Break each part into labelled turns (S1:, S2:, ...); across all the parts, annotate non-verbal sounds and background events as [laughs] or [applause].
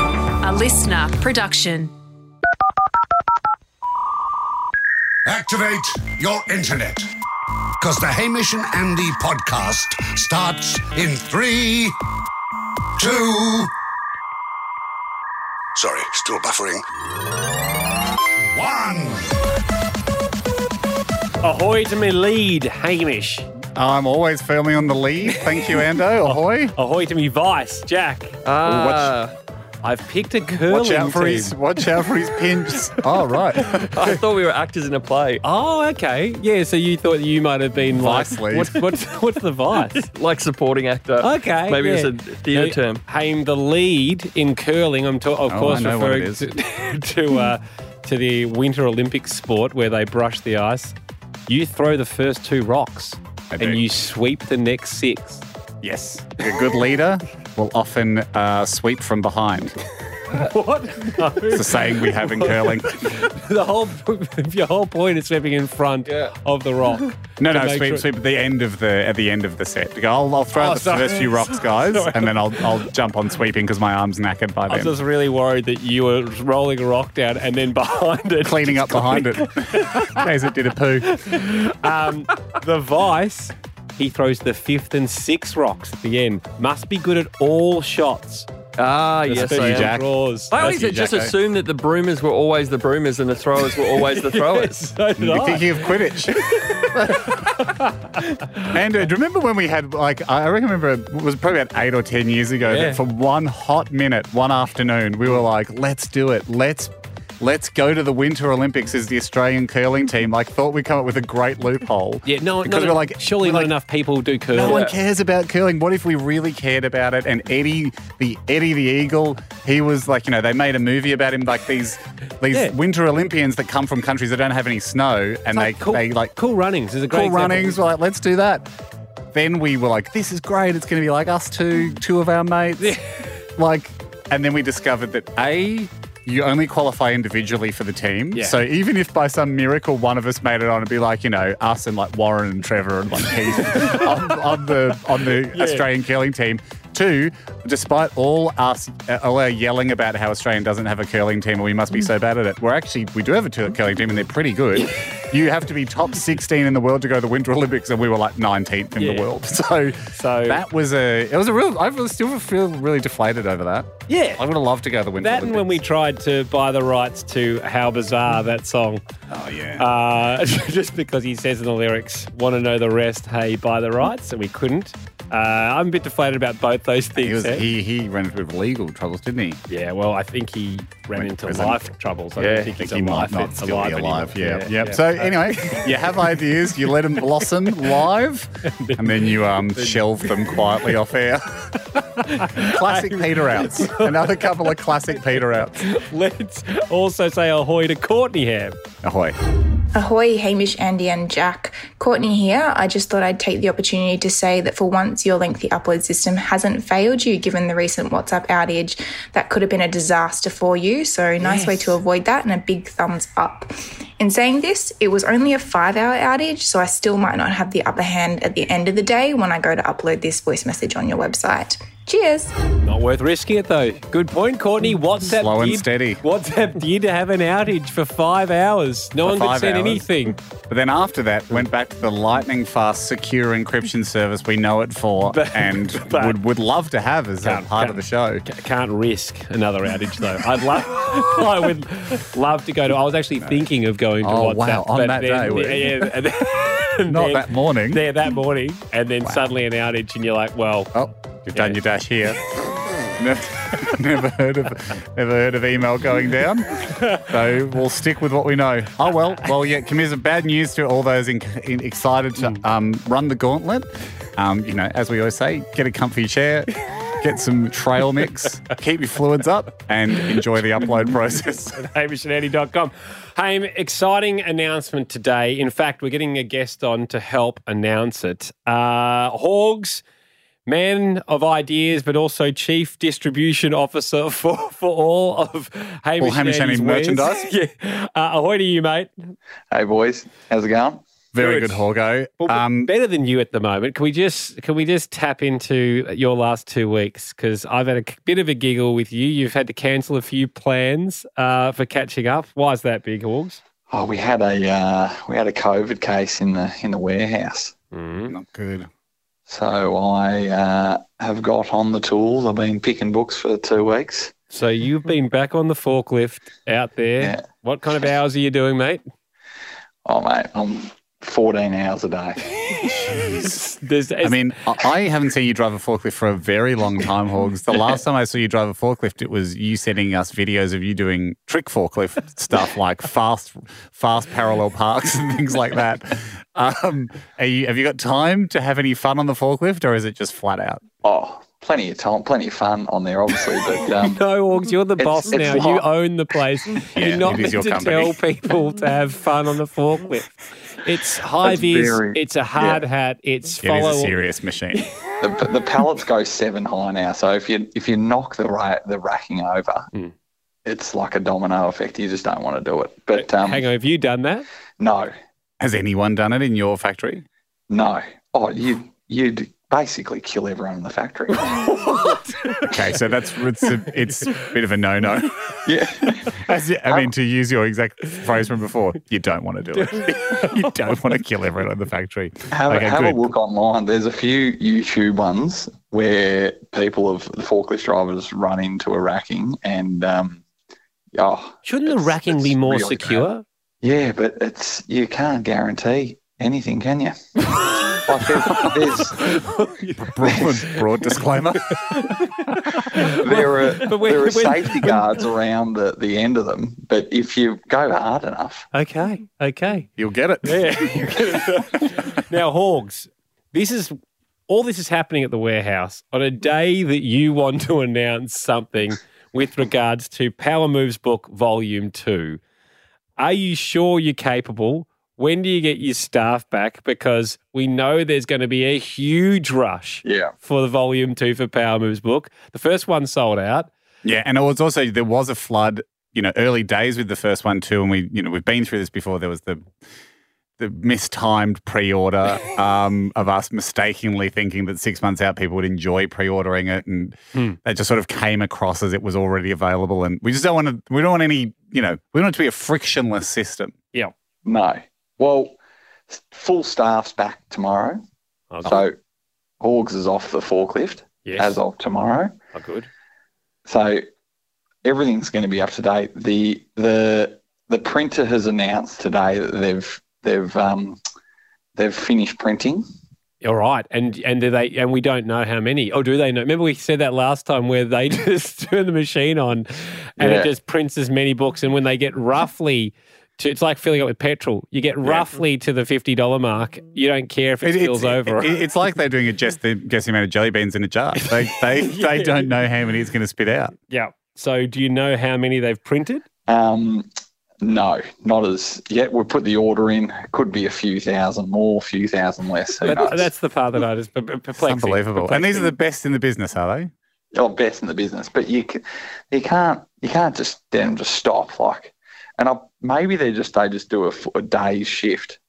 S1: A listener production.
S2: Activate your internet. Because the Hamish and Andy podcast starts in three, two. Sorry, still buffering. One.
S3: Ahoy to me lead, Hamish.
S4: I'm always firmly on the lead. Thank you, Ando. Ahoy.
S3: Ahoy to me vice, Jack.
S5: Ah,
S3: I've picked a curling
S4: Watch out for
S3: team.
S4: his watch out for his pins. Oh right.
S5: I thought we were actors in a play.
S3: Oh, okay. Yeah, so you thought you might have been
S4: Vice
S3: like,
S4: lead.
S3: what's, what's, what's the [laughs] vice?
S5: Like supporting actor.
S3: Okay.
S5: Maybe
S3: yeah.
S5: it's a theatre
S3: No,
S5: term.
S3: Haim, the lead in curling, I'm ta- of
S4: Oh,
S3: course
S4: I know what it
S3: referring
S4: is.
S3: to, [laughs] to, uh, to the Winter Olympic sport where they brush the ice. You throw the first two rocks
S4: I
S3: and
S4: do.
S3: you sweep the next six.
S4: Yes. A good leader will often uh, sweep from behind.
S3: What? No.
S4: It's a saying we have in
S3: [laughs]
S4: curling.
S3: the whole your whole point is sweeping in front
S5: Yeah.
S3: of the
S4: [laughs]
S3: rock.
S4: No,
S3: To
S4: no,
S3: make
S4: sweep,
S3: sure-
S4: sweep at the end of the at the end of the set. You go, I'll, I'll throw
S3: Oh,
S4: out the
S3: sorry.
S4: first few rocks, guys, and then I'll I'll jump on sweeping because my arm's knackered by
S3: I was
S4: then.
S3: just really worried that you were rolling a rock down and then [laughs] behind it.
S4: Cleaning up behind it. As it [laughs] did a poo.
S3: Um, the vice, he throws the fifth and sixth rocks at the end. Must be good at all shots.
S5: Ah, yes,
S3: Especially
S5: I am.
S3: Jack. draws.
S5: I always
S4: That's eh? you,
S5: just
S3: eh?
S4: Jacko.
S5: assumed that the broomers were always the broomers and the throwers were
S4: [laughs]
S5: always the throwers.
S3: [laughs] So did
S4: You're
S3: I.
S4: thinking of Quidditch. [laughs] and uh, do you remember when we had, like, I I remember it was probably about eight or 10 years ago
S3: Yeah.
S4: that for one hot minute, one afternoon, we were like, let's do it. Let's. Let's go to the Winter Olympics as the Australian curling team. Like, thought we'd come up with a great loophole.
S3: yeah, no,
S4: because
S3: no,
S4: we're like,
S3: surely
S4: we're
S3: not
S4: like,
S3: enough people do curl.
S4: No
S5: Yeah.
S4: one cares about curling. What if we really cared about it? And Eddie, the Eddie the Eagle, he was like, you know, they made a movie about him, like these these
S3: Yeah.
S4: Winter Olympians that come from countries that don't have any snow, and they
S3: cool,
S4: they like
S3: cool runnings is a great
S4: cool
S3: example.
S4: runnings. We're like, let's do that. Then we were like, this is great. It's going to be like us two, two of our mates. like, and then we discovered that a you only qualify individually for the team.
S3: Yeah.
S4: So even if by some miracle one of us made it on, it'd be like you know us and like Warren and Trevor and like Keith [laughs] on, on the on the Australian curling team. Two, despite all us uh, all our yelling about how Australian doesn't have a curling team and we must be so bad at it, we're actually we do have a tur- curling team and they're
S3: [laughs]
S4: pretty good. you have to be top 16 in the world to go to the Winter Olympics, and we were like 19th in
S3: Yeah.
S4: the world. [laughs] So,
S3: So-
S4: that was a it was a real. I really- still feel really deflated over that.
S3: Yeah.
S4: I would have loved to go to the Winter
S3: That and
S4: Olympics.
S3: when we tried to buy the rights to How Bizarre, that song.
S4: oh yeah.
S3: Uh, [laughs] just because he says in the lyrics, want to know the rest, hey, buy the rights, and we couldn't. Uh, I'm a bit deflated about both those things.
S4: he was
S3: eh?
S4: he he ran into legal troubles, didn't he?
S3: yeah, well, I think he ran
S4: Went
S3: into
S4: to prison.
S3: life troubles. I
S4: Yeah,
S3: don't think he's
S4: he
S3: alive,
S4: might not still
S3: alive
S4: be
S3: anymore.
S4: alive. Yeah. Yep. So anyway, you have ideas, you let them blossom live, and then you um, shelve them quietly
S3: [laughs]
S4: off air. classic Peter outs. Another couple of classic Peter outs.
S3: [laughs] let's also say ahoy to Courtney Ham.
S4: Ahoy.
S6: Ahoy, Hamish, Andy, and Jack. Courtney here. I just thought I'd take the opportunity to say that for once, your lengthy upload system hasn't failed you given the recent WhatsApp outage. That could have been a disaster for you, so nice way to avoid that and a big thumbs up. In saying this, it was only a five hour outage, so I still might not have the upper hand at the end of the day when I go to upload this voice message on your website. Cheers!
S3: Not worth risking it though. Good point, Courtney. WhatsApp
S4: Slow and
S3: did-
S4: steady.
S3: WhatsApp did have an outage for five hours. No
S4: For
S3: one could
S4: five
S3: send
S4: hours.
S3: anything.
S4: But then after that, went back to the lightning fast, secure encryption service we know it for, and
S3: but-
S4: would, would love to have as a
S3: Can't-
S4: part
S3: can't-
S4: of the show.
S3: C- Can't risk another outage though. I'd love, [laughs] I would love to go to. I was actually thinking of going to
S4: Oh,
S3: WhatsApp.
S4: wow, on
S3: but
S4: that
S3: then-
S4: day, were
S3: yeah,
S4: you?
S3: yeah,
S4: [laughs]
S3: and then-
S4: Not
S3: then-
S4: that morning.
S3: There that morning, and then suddenly an outage, and you're like, well,
S4: Oh, you've done
S3: Yeah.
S4: your dash here. [laughs] never, never heard of never heard of email going down. So we'll stick with what we know. Oh well, well yeah. Commit bad news to all those in, in, excited to um, run the gauntlet. Um, you know, as we always say, get a comfy chair, get some trail [laughs] mix, keep your fluids up, and enjoy the upload process.
S3: hamishandandy.com. Haim, exciting announcement today. In fact, we're getting a guest on to help announce it. Uh, Hogs, man of ideas, but also chief distribution officer [laughs] for, for all of Hamish,
S4: Hamish
S3: and Andy's [laughs]
S4: Andy
S3: wares.
S4: merchandise?
S3: yeah. Uh, ahoy to you, mate.
S7: Hey boys, how's it going?
S4: Very
S3: Good.
S4: good, Horgo.
S3: Well,
S4: Um,
S3: better than you at the moment. Can we just can we just tap into your last two weeks? Because I've had a k- bit of a giggle with you. You've had to cancel a few plans uh, for catching up. Why is that, Big Hawks?
S7: Oh, we had a uh, we had a COVID case in the in the warehouse,
S4: not good.
S7: so I uh, have got on the tools. I've been picking books for two weeks.
S3: So you've been back on the forklift out there.
S7: Yeah.
S3: What kind of hours are you doing,
S4: [laughs]
S3: mate?
S7: Oh mate, I'm 14 hours a day.
S3: There's,
S4: I mean, I I haven't seen you drive a forklift for a very long time, Hogs. The last time I saw you drive a forklift, it was you sending us videos of you doing trick forklift [laughs] stuff like fast, fast parallel parks and things like that. Um, are you, have you got time to have any fun on the forklift, or is it just flat out?
S7: Oh, plenty of time, plenty of fun on there, obviously. But um,
S3: no, Hawks, you're the boss
S7: it's
S3: now.
S7: not.
S3: You own the place.
S4: [laughs] Yeah,
S3: you're not
S4: it
S3: meant
S4: is your
S3: to
S4: company.
S3: tell people to have fun on the forklift. It's high vis,
S7: very-
S3: it's a hard hat, it's
S4: It is
S3: follow
S4: a serious machine.
S7: the, the pallets go seven high now, so if you if you knock the ra- the racking over,
S3: Mm.
S7: it's like a domino effect. You just don't want to do it. But um,
S3: Hang on, have you done that?
S7: no,
S4: Has anyone done it in your factory?
S7: no. Oh, you you'd basically kill everyone in the factory.
S4: Okay, so that's it's a, it's a bit of a no-no.
S7: yeah.
S4: As it- I mean, to use your exact phrase from before, you don't want to do it. you don't want to kill everyone in the factory.
S7: Have,
S4: okay,
S7: have a
S4: good.
S7: look online. There's a few YouTube ones where people of the forklift drivers run into a racking and um, oh
S3: Shouldn't the
S7: It's-
S3: racking be
S7: it's
S3: more
S7: really
S3: secure?
S7: yeah, but it's you can't guarantee anything,
S3: [laughs]
S7: can you? like there's, there's,
S4: Broad, broad
S3: [laughs]
S4: disclaimer.
S7: [laughs] there are
S3: But when-
S7: there
S3: when-
S7: are safety guards around the, the end of them, but if you go hard enough,
S3: Okay, okay.
S4: You'll get it.
S3: Yeah. [laughs] now, Hogs, this is all this is happening at the warehouse on a day that you want to announce something with regards to Power Moves Book Volume 2. Are you sure you're capable? When do you get your staff back? Because we know there's going to be a huge rush
S7: yeah,
S3: for the Volume 2 for Power Moves Book. The first one sold out.
S4: Yeah, and it was also there was a flood, you know, early days with the first one too, and we, you know, we've been through this before. There was the the
S3: [laughs]
S4: mistimed pre-order um, of us mistakenly thinking that six months out people would enjoy pre-ordering it, and
S3: Hmm.
S4: that just sort of came across as it was already available. And we just don't want to. We don't want any. You know, we want it to be a frictionless system.
S7: no. Well, s- full staff's back tomorrow,
S8: [laughs]
S3: Oh,
S7: so Orgs is off the forklift
S3: yes.
S7: as of tomorrow.
S3: Oh, good.
S7: So everything's going to be up to date. The the the printer has announced today that they've they've um, they've finished printing.
S3: All right, and and do they and we don't know how many. Oh, do they know? Remember we said that last time where they [laughs] just turn the machine on, and
S7: Yeah.
S3: it just prints as many books. And when they get roughly, to, it's like filling up with petrol. You get roughly to the fifty dollar mark. You don't care if it,
S4: It-
S3: spills over.
S4: it- it's like they're doing a guess the, guess the amount of jelly beans in a jar. They
S3: [laughs]
S4: they, they don't know how many it's going to spit out.
S3: yeah. So do you know how many they've printed?
S7: Um, no, not as yet. We'll put the order in. Could be a few thousand more, a few thousand less. Who
S3: That,
S7: knows?
S3: that's the part that I just per- per- perplexing.
S4: Unbelievable. And these are the best in the business, are they?
S7: oh, best in the business. But you ca- you can't you can't just then just stop like. And I, maybe they just they just do a, f- a day's shift.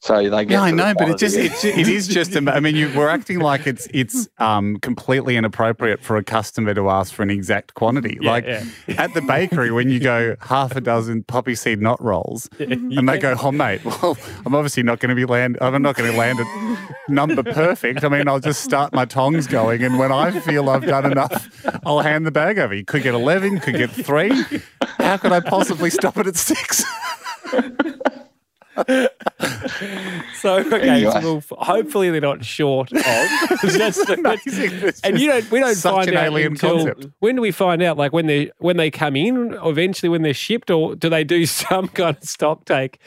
S7: So they get.
S4: Yeah, I
S7: to the
S4: know, but
S7: bottom
S4: it
S7: of the
S4: just
S7: end.
S4: it, it is just. am- I mean, you, we're acting like it's it's um, completely inappropriate for a customer to ask for an exact quantity. like
S3: yeah.
S4: at the bakery, when you go half a dozen poppy seed knot rolls, and they go, "Oh mate, well, I'm obviously not going to be land. I'm not going to land a number perfect. I mean, I'll just start my tongs going, and when I feel I've done enough, I'll hand the bag over. You could get eleven, could get three. How could I possibly stop it at six?
S3: So okay,
S7: Anyway.
S3: so we'll- hopefully they're not short of.
S4: [laughs]
S3: that's the,
S4: Amazing. It's
S3: and
S4: just
S3: you don't we don't
S4: such
S3: find
S4: an
S3: out
S4: alien
S3: until,
S4: concept.
S3: when do we find out like when they when they come in or eventually when they're shipped or do they do [laughs] some kind of stock take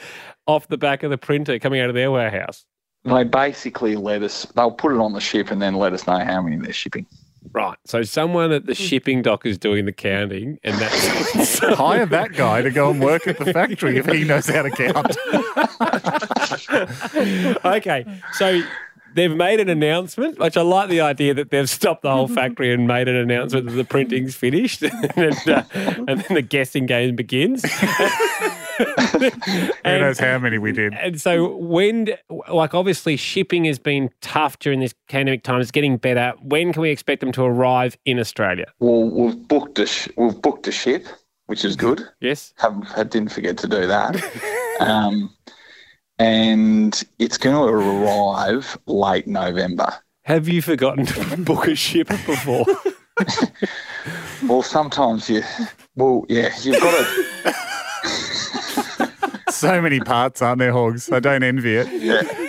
S3: off the back of the printer coming out of their warehouse
S7: They basically let us. They'll put it on the ship and then let us know how many they're shipping.
S3: right so someone at the shipping dock is doing the counting and that's [laughs] so,
S4: hire that guy to go and work at the factory if he knows how to count.
S3: okay so they've made an announcement which i like the idea that they've stopped the whole factory and made an [laughs] announcement that the printing's finished and, uh, and then the guessing game begins
S4: Who
S3: [laughs] And-
S4: knows how many we did?
S3: And so when, like, obviously shipping has been tough during this pandemic time. It's getting better. When can we expect them to arrive in Australia?
S7: Well, we've booked a sh- we've booked a ship, which is good.
S3: Yes.
S7: Haven't I didn't forget to do that. [laughs] um, and it's going to arrive late November.
S3: Have you forgotten to [laughs] book a ship
S4: [laughs]
S3: before?
S7: Well, sometimes you, well, yeah, you've got to. [laughs]
S4: So many parts, aren't there, Hogs? I don't envy it.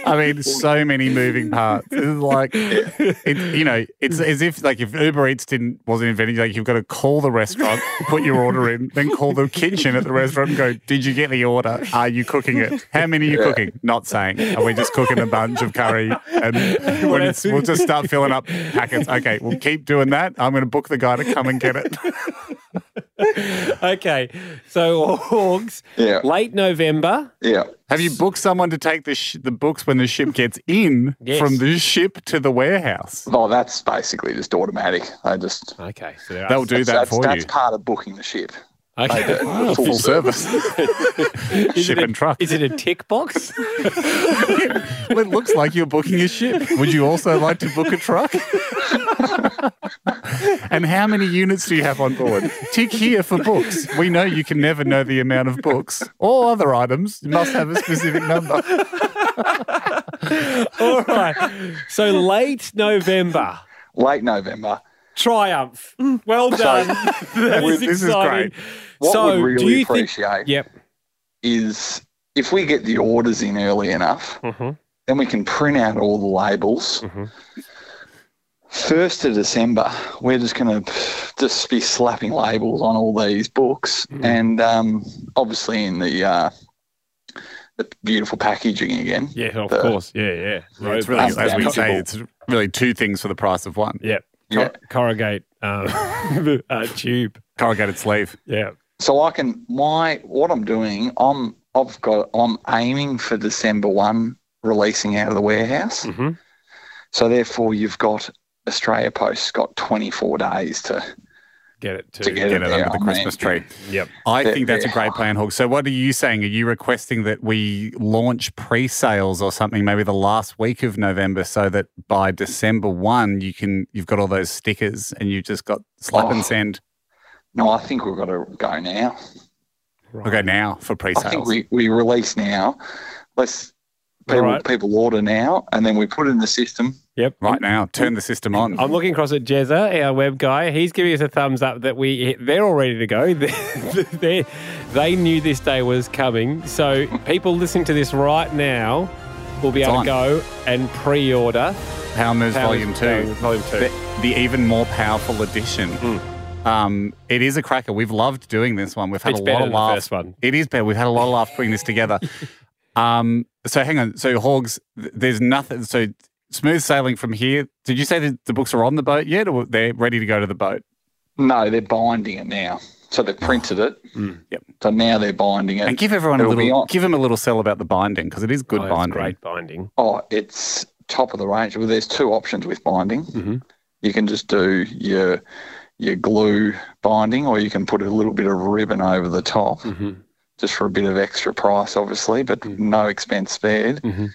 S4: I mean, so many moving parts. It's like, it, you know, it's as if like if Uber Eats didn't wasn't invented, like you've got to call the restaurant, put your order in, then call the kitchen at the restaurant and go, "Did you get the order? Are you cooking it? How many are you cooking? Not saying. Are we just cooking a bunch of curry? And when it's, we'll just start filling up packets. Okay, we'll keep doing that. I'm going to book the guy to come and get it.
S3: okay. So Hawks,
S7: Yeah.
S3: late November.
S7: Yeah.
S4: Have you booked someone to take the sh- the books when the ship gets in
S3: Yes.
S4: from the ship to the warehouse?
S7: Well, that's basically just automatic. I just
S3: Okay. So there are-
S4: They'll do that
S7: that's,
S4: for
S7: that's
S4: you.
S7: part of booking the ship.
S4: [laughs]
S3: Okay.
S4: Oh, full service
S3: [laughs] Is
S4: ship
S3: it a-
S4: and truck.
S3: Is it a tick box? [laughs]
S4: well, it looks like you're booking a ship. Would you also like to book a truck? [laughs] and how many units do you have on board? Tick here for books. We know you can never know the amount of books or other items. You must have a specific number.
S3: All right. So late November.
S7: Late November.
S3: Triumph. Well done. [laughs] that is
S4: This is
S3: exciting.
S4: great.
S7: What
S3: so
S7: we
S3: do
S7: really
S3: you think?
S7: appreciate
S3: Yep.
S7: is if we get the orders in early enough,
S3: Mhm.
S7: then we can print out all the labels. First of December, we're just going to just be slapping labels on all these books, and um, obviously in the uh, the beautiful packaging again.
S3: Yeah, of
S7: The-
S3: course. Yeah, yeah.
S4: Yeah, it's
S3: Roadblock.
S4: really, as we
S7: Unbelievable.
S4: say, it's really two things for the price of one.
S3: Yeah.
S7: Yeah.
S3: Cor- Corrugate um, [laughs] uh, tube.
S4: Corrugated sleeve.
S3: Yeah.
S7: So I can my what I'm doing, I'm I've got I'm aiming for December one releasing out of the warehouse.
S4: Mm-hmm.
S3: Mhm.
S7: So therefore, you've got Australia Post's got 24 days to
S3: Get it too.
S7: To get
S4: Get it
S7: Yeah,
S4: under the
S7: I mean-
S4: Christmas
S7: [laughs]
S4: tree.
S3: Yep.
S4: I
S7: Yeah,
S4: think that's a
S7: yeah.
S4: great plan, Hog. So, what are you saying? Are you requesting that we launch pre sales or something, maybe the last week of November, so that by December 1, you can, you've got all those stickers and you've just got slap
S7: Oh.
S4: and send?
S7: No, I think we've got to go now.
S4: We'll go now for pre
S7: I think
S4: sales.
S7: we, we release now. Let's
S3: All
S7: people
S3: right.
S7: people order now, and then we put it in the system.
S3: Yep.
S4: Right now, turn the system on.
S7: Um,
S3: I'm looking across at Jezza, our web guy. He's giving us a thumbs up that we they're all ready to go. [laughs] they they- they knew this day was coming. So people listening to this right now will be
S4: It's
S3: able
S4: on.
S3: to go and pre-order.
S4: Power Moves
S3: Power
S4: Volume
S3: Moves
S4: 2.
S3: Volume- Volume two.
S4: The, the even more powerful edition. Um, it is a cracker. We've loved doing this one. We've had
S3: Hmm. It's
S4: a
S3: better
S4: lot of
S3: than the
S4: laughs.
S3: first one.
S4: It is better. We've had a lot of laughs putting
S3: [laughs]
S4: this together. Um, so hang on. So Hogs, th- there's nothing. So smooth sailing from here. Did you say that the books are on the boat yet, or they're ready to go to the boat?
S7: No, they're binding it now. So they've printed it.
S4: Oh. Mm, Yep.
S7: So now they're binding it.
S4: And give everyone a
S7: It'll be
S4: little.
S7: on.
S4: Give them a little sell about the binding because it is good
S3: Oh, it's
S4: binding.
S3: Great binding.
S7: Oh, it's top of the range. Well, there's two options with binding.
S3: Mm-hmm.
S7: You can just do your your glue binding, or you can put a little bit of ribbon over the top,
S3: Mm-hmm.
S7: just for a bit of extra price, obviously, but no expense spared.
S3: Mm-hmm.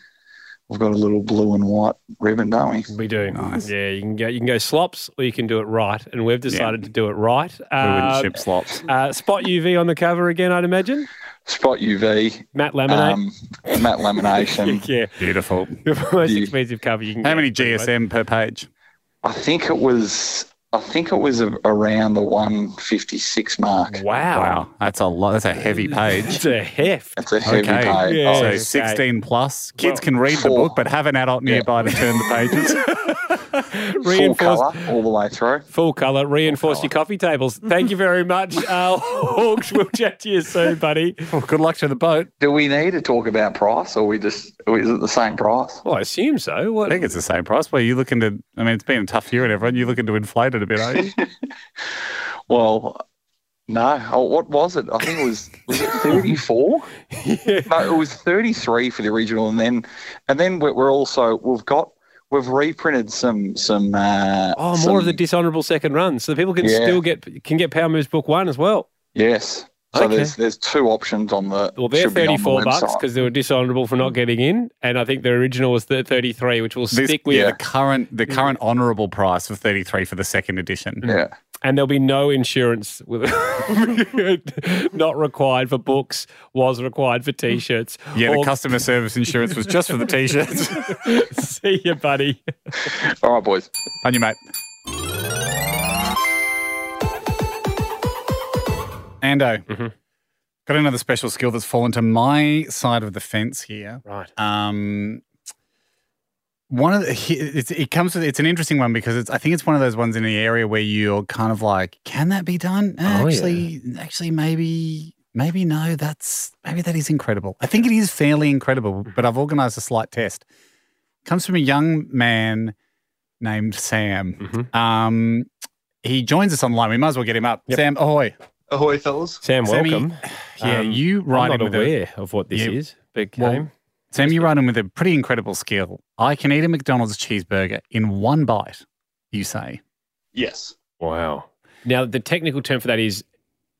S7: We've got a little blue and white ribbon, don't we?
S3: We do. Yeah, you can go you can go slops or you can do it right. And we've decided to do it right.
S4: We wouldn't
S3: Uh, [laughs]
S4: ship slops.
S3: uh, spot UV on the cover again, I'd imagine.
S7: Spot UV,
S3: Matte laminate.
S7: um, matte
S3: [laughs]
S7: lamination.
S3: yeah.
S4: Beautiful.
S3: The most
S7: Yeah.
S3: expensive cover you can
S4: How
S3: get,
S4: many
S3: pretty much.
S4: GSM per page?
S7: I think it was. I think it was a, around the 156 mark.
S3: Wow.
S4: Wow, that's a lot. That's
S3: [laughs]
S4: a heavy page.
S3: It's a heft.
S7: That's a heavy
S4: Okay.
S7: page.
S3: Yeah.
S7: Oh,
S4: So
S3: Okay.
S4: 16 plus. Kids
S3: Well,
S4: can read the
S7: four.
S4: book, but have an adult nearby to turn the pages.
S7: full
S3: Reinforced.
S7: colour all the way through.
S3: Full colour, reinforce your coffee tables. Thank you very much, [laughs] uh, Hawks. We'll chat to you soon, buddy.
S4: well, good luck to the boat.
S7: Do we need to talk about price, or we just or is it the same price?
S3: Well, Oh, I assume so.
S4: [laughs] I
S3: What?
S4: think it's the same price. Well, you looking to, I mean, it's been a tough year and everyone, you're looking to inflate it a bit, eh? are you?
S7: Well, no. Oh, what was it? I think it was was it thirty [laughs] four. No, it was thirty three for the original, and then and then we're, we're also we've got we've reprinted some some. Uh,
S3: Oh, more
S7: some-
S3: of the dishonourable second run, so that people can
S7: Yeah.
S3: still get can get Power Moves Book One as well.
S7: yes. So
S3: Okay.
S7: there's there's two options on the.
S3: Well, they're
S7: should be on the
S3: 34 bucks
S7: website.
S3: because they were dishonorable for not getting in. And I think the original was the 33, which will [laughs]
S4: This-
S3: stick with.
S7: yeah.
S4: The current the current honourable price of thirty three for the second edition.
S7: Yeah.
S3: And there'll be no insurance with- [laughs] not required for books, was required for t shirts.
S4: Yeah, the customer service insurance was just for the t-shirts.
S3: [laughs]
S4: [laughs]
S3: See you, buddy.
S7: All right, boys.
S4: On you, mate. Ando,
S3: Mm-hmm.
S4: got another special skill that's fallen to my side of the fence here.
S3: Right.
S4: Um, one of the, he- it's, it comes with it's an interesting one because it's I think it's one of those ones in the area where you're kind of like, can that be done? Eh,
S3: Oh, yeah.
S4: actually, actually, maybe, maybe no. That's maybe that is incredible. I think it is fairly incredible,
S3: Mm-hmm.
S4: but I've organised a slight test. Comes from a young man named Sam.
S3: Mm-hmm.
S4: Um, he joins us online. We might as well get him up. Sam, ahoy!
S9: Ahoy, fellas.
S3: Sam,
S4: Sammy,
S3: welcome.
S4: Yeah,
S3: Um,
S4: you
S3: I'm
S4: ride
S3: not
S4: him with a-
S3: aware of what this
S4: Yeah.
S3: is. Big
S4: Well,
S3: game.
S4: Sam, you run in with a pretty incredible skill. I can eat a McDonald's cheeseburger in one bite, you say.
S9: Yes.
S3: Wow. Now, the technical term for that is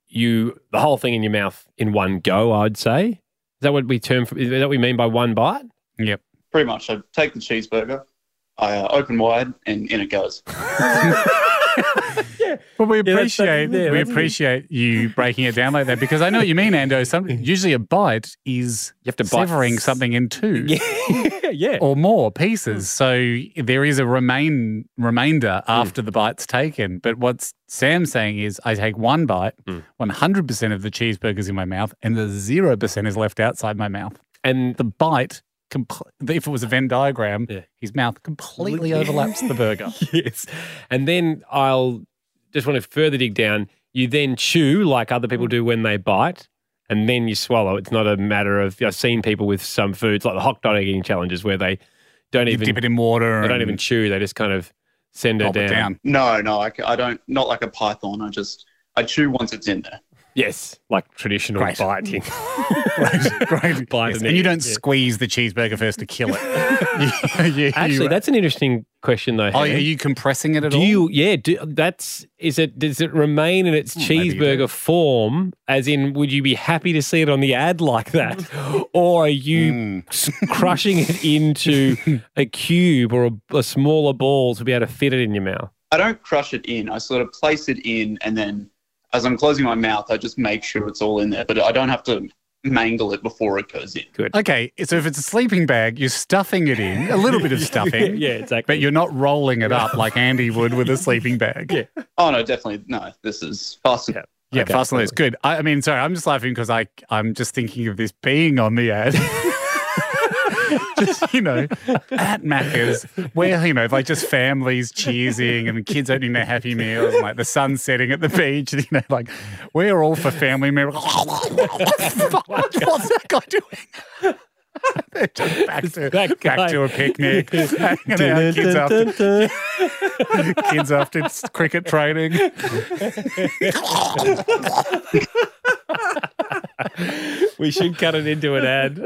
S3: you, the whole thing in your mouth in one go, I'd say. Is that what we term, is that what we mean by one [laughs] bite?
S4: Yep.
S9: Pretty much. I take the cheeseburger, I uh, open wide, and in it goes.
S4: Well, we
S3: that's
S4: appreciate
S3: definitely there,
S4: we
S3: that's it. [laughs]
S4: appreciate you breaking it down like that because I know what you mean, Ando. Some, usually a bite is
S3: You have to bite.
S4: severing something in two
S3: [laughs] Yeah. yeah.
S4: or more pieces. So
S3: Mm.
S4: there is a remain remainder after the bite's taken. But what Sam's saying is I take one bite,
S3: Mm.
S4: 100% of the cheeseburger's in my mouth, and the 0% is left outside my mouth.
S3: And
S4: the bite, compl- if it was a Venn diagram,
S3: Yeah.
S4: his mouth
S3: [laughs]
S4: completely
S3: Yeah.
S4: overlaps the burger.
S3: yes. And then I'll just want to further dig down. You then chew like other people do when they bite, and then you swallow. It's not a matter of I've seen people with some foods like the hot dog eating challenges where they don't
S4: You
S3: even
S4: dip it in water.
S3: they don't
S4: and
S3: even chew. They just kind of send it
S4: gulp
S3: down.
S4: it down. [laughs]
S9: No, no, I, c- I don't. Not like a python. I just I chew once it's in there.
S3: Yes, like traditional
S4: Great. [laughs]
S3: biting. [laughs]
S4: Great, great.
S3: Bite
S4: Yes.
S3: the
S4: And
S3: meat,
S4: you don't
S3: yeah.
S4: squeeze the cheeseburger first to kill
S3: [laughs]
S4: it. [laughs] You- you-
S3: Actually,
S4: you- uh,
S3: that's an interesting question though.
S4: oh, are
S3: Hannah.
S4: you compressing it at
S3: do
S4: all? Mm,
S3: you? Yeah. Do, that's is it? Does it remain in its
S4: maybe you do.
S3: cheeseburger form? As in, would you be happy to see it on the ad like that,
S4: [laughs]
S3: or are you
S4: Mm.
S3: s- crushing it into a cube or a, a smaller ball to be able to fit it in your
S4: [laughs]
S3: mouth?
S9: I don't crush it in. I sort of place it in, and then as I'm closing my mouth, I just make sure it's all in there. But I don't have to mangle it before it goes in.
S4: Okay, so if it's a sleeping bag, you're stuffing it in, a little bit
S3: [laughs]
S4: of stuffing,
S3: yeah, exactly.
S4: but you're not rolling it up like Andy would with a sleeping bag. Yeah.
S9: Oh no, definitely no. This is faster.
S3: Yeah.
S4: Yeah,
S3: Okay,
S4: fast and loose. Good. I, I mean, sorry, I'm just laughing because I I'm just thinking of this being on the ad. [laughs] just you know, at Macca's, where you know, like just families cheersing and kids opening their Happy Meals, and, like the sun setting at the beach. You know, like we're all for family [laughs] meals. What's that guy doing? [laughs] They're just back to,
S3: That guy.
S4: back to a
S3: [laughs]
S4: picnic, hanging out, kids after [laughs] kids after s- cricket training. [laughs]
S3: we should cut it into an ad.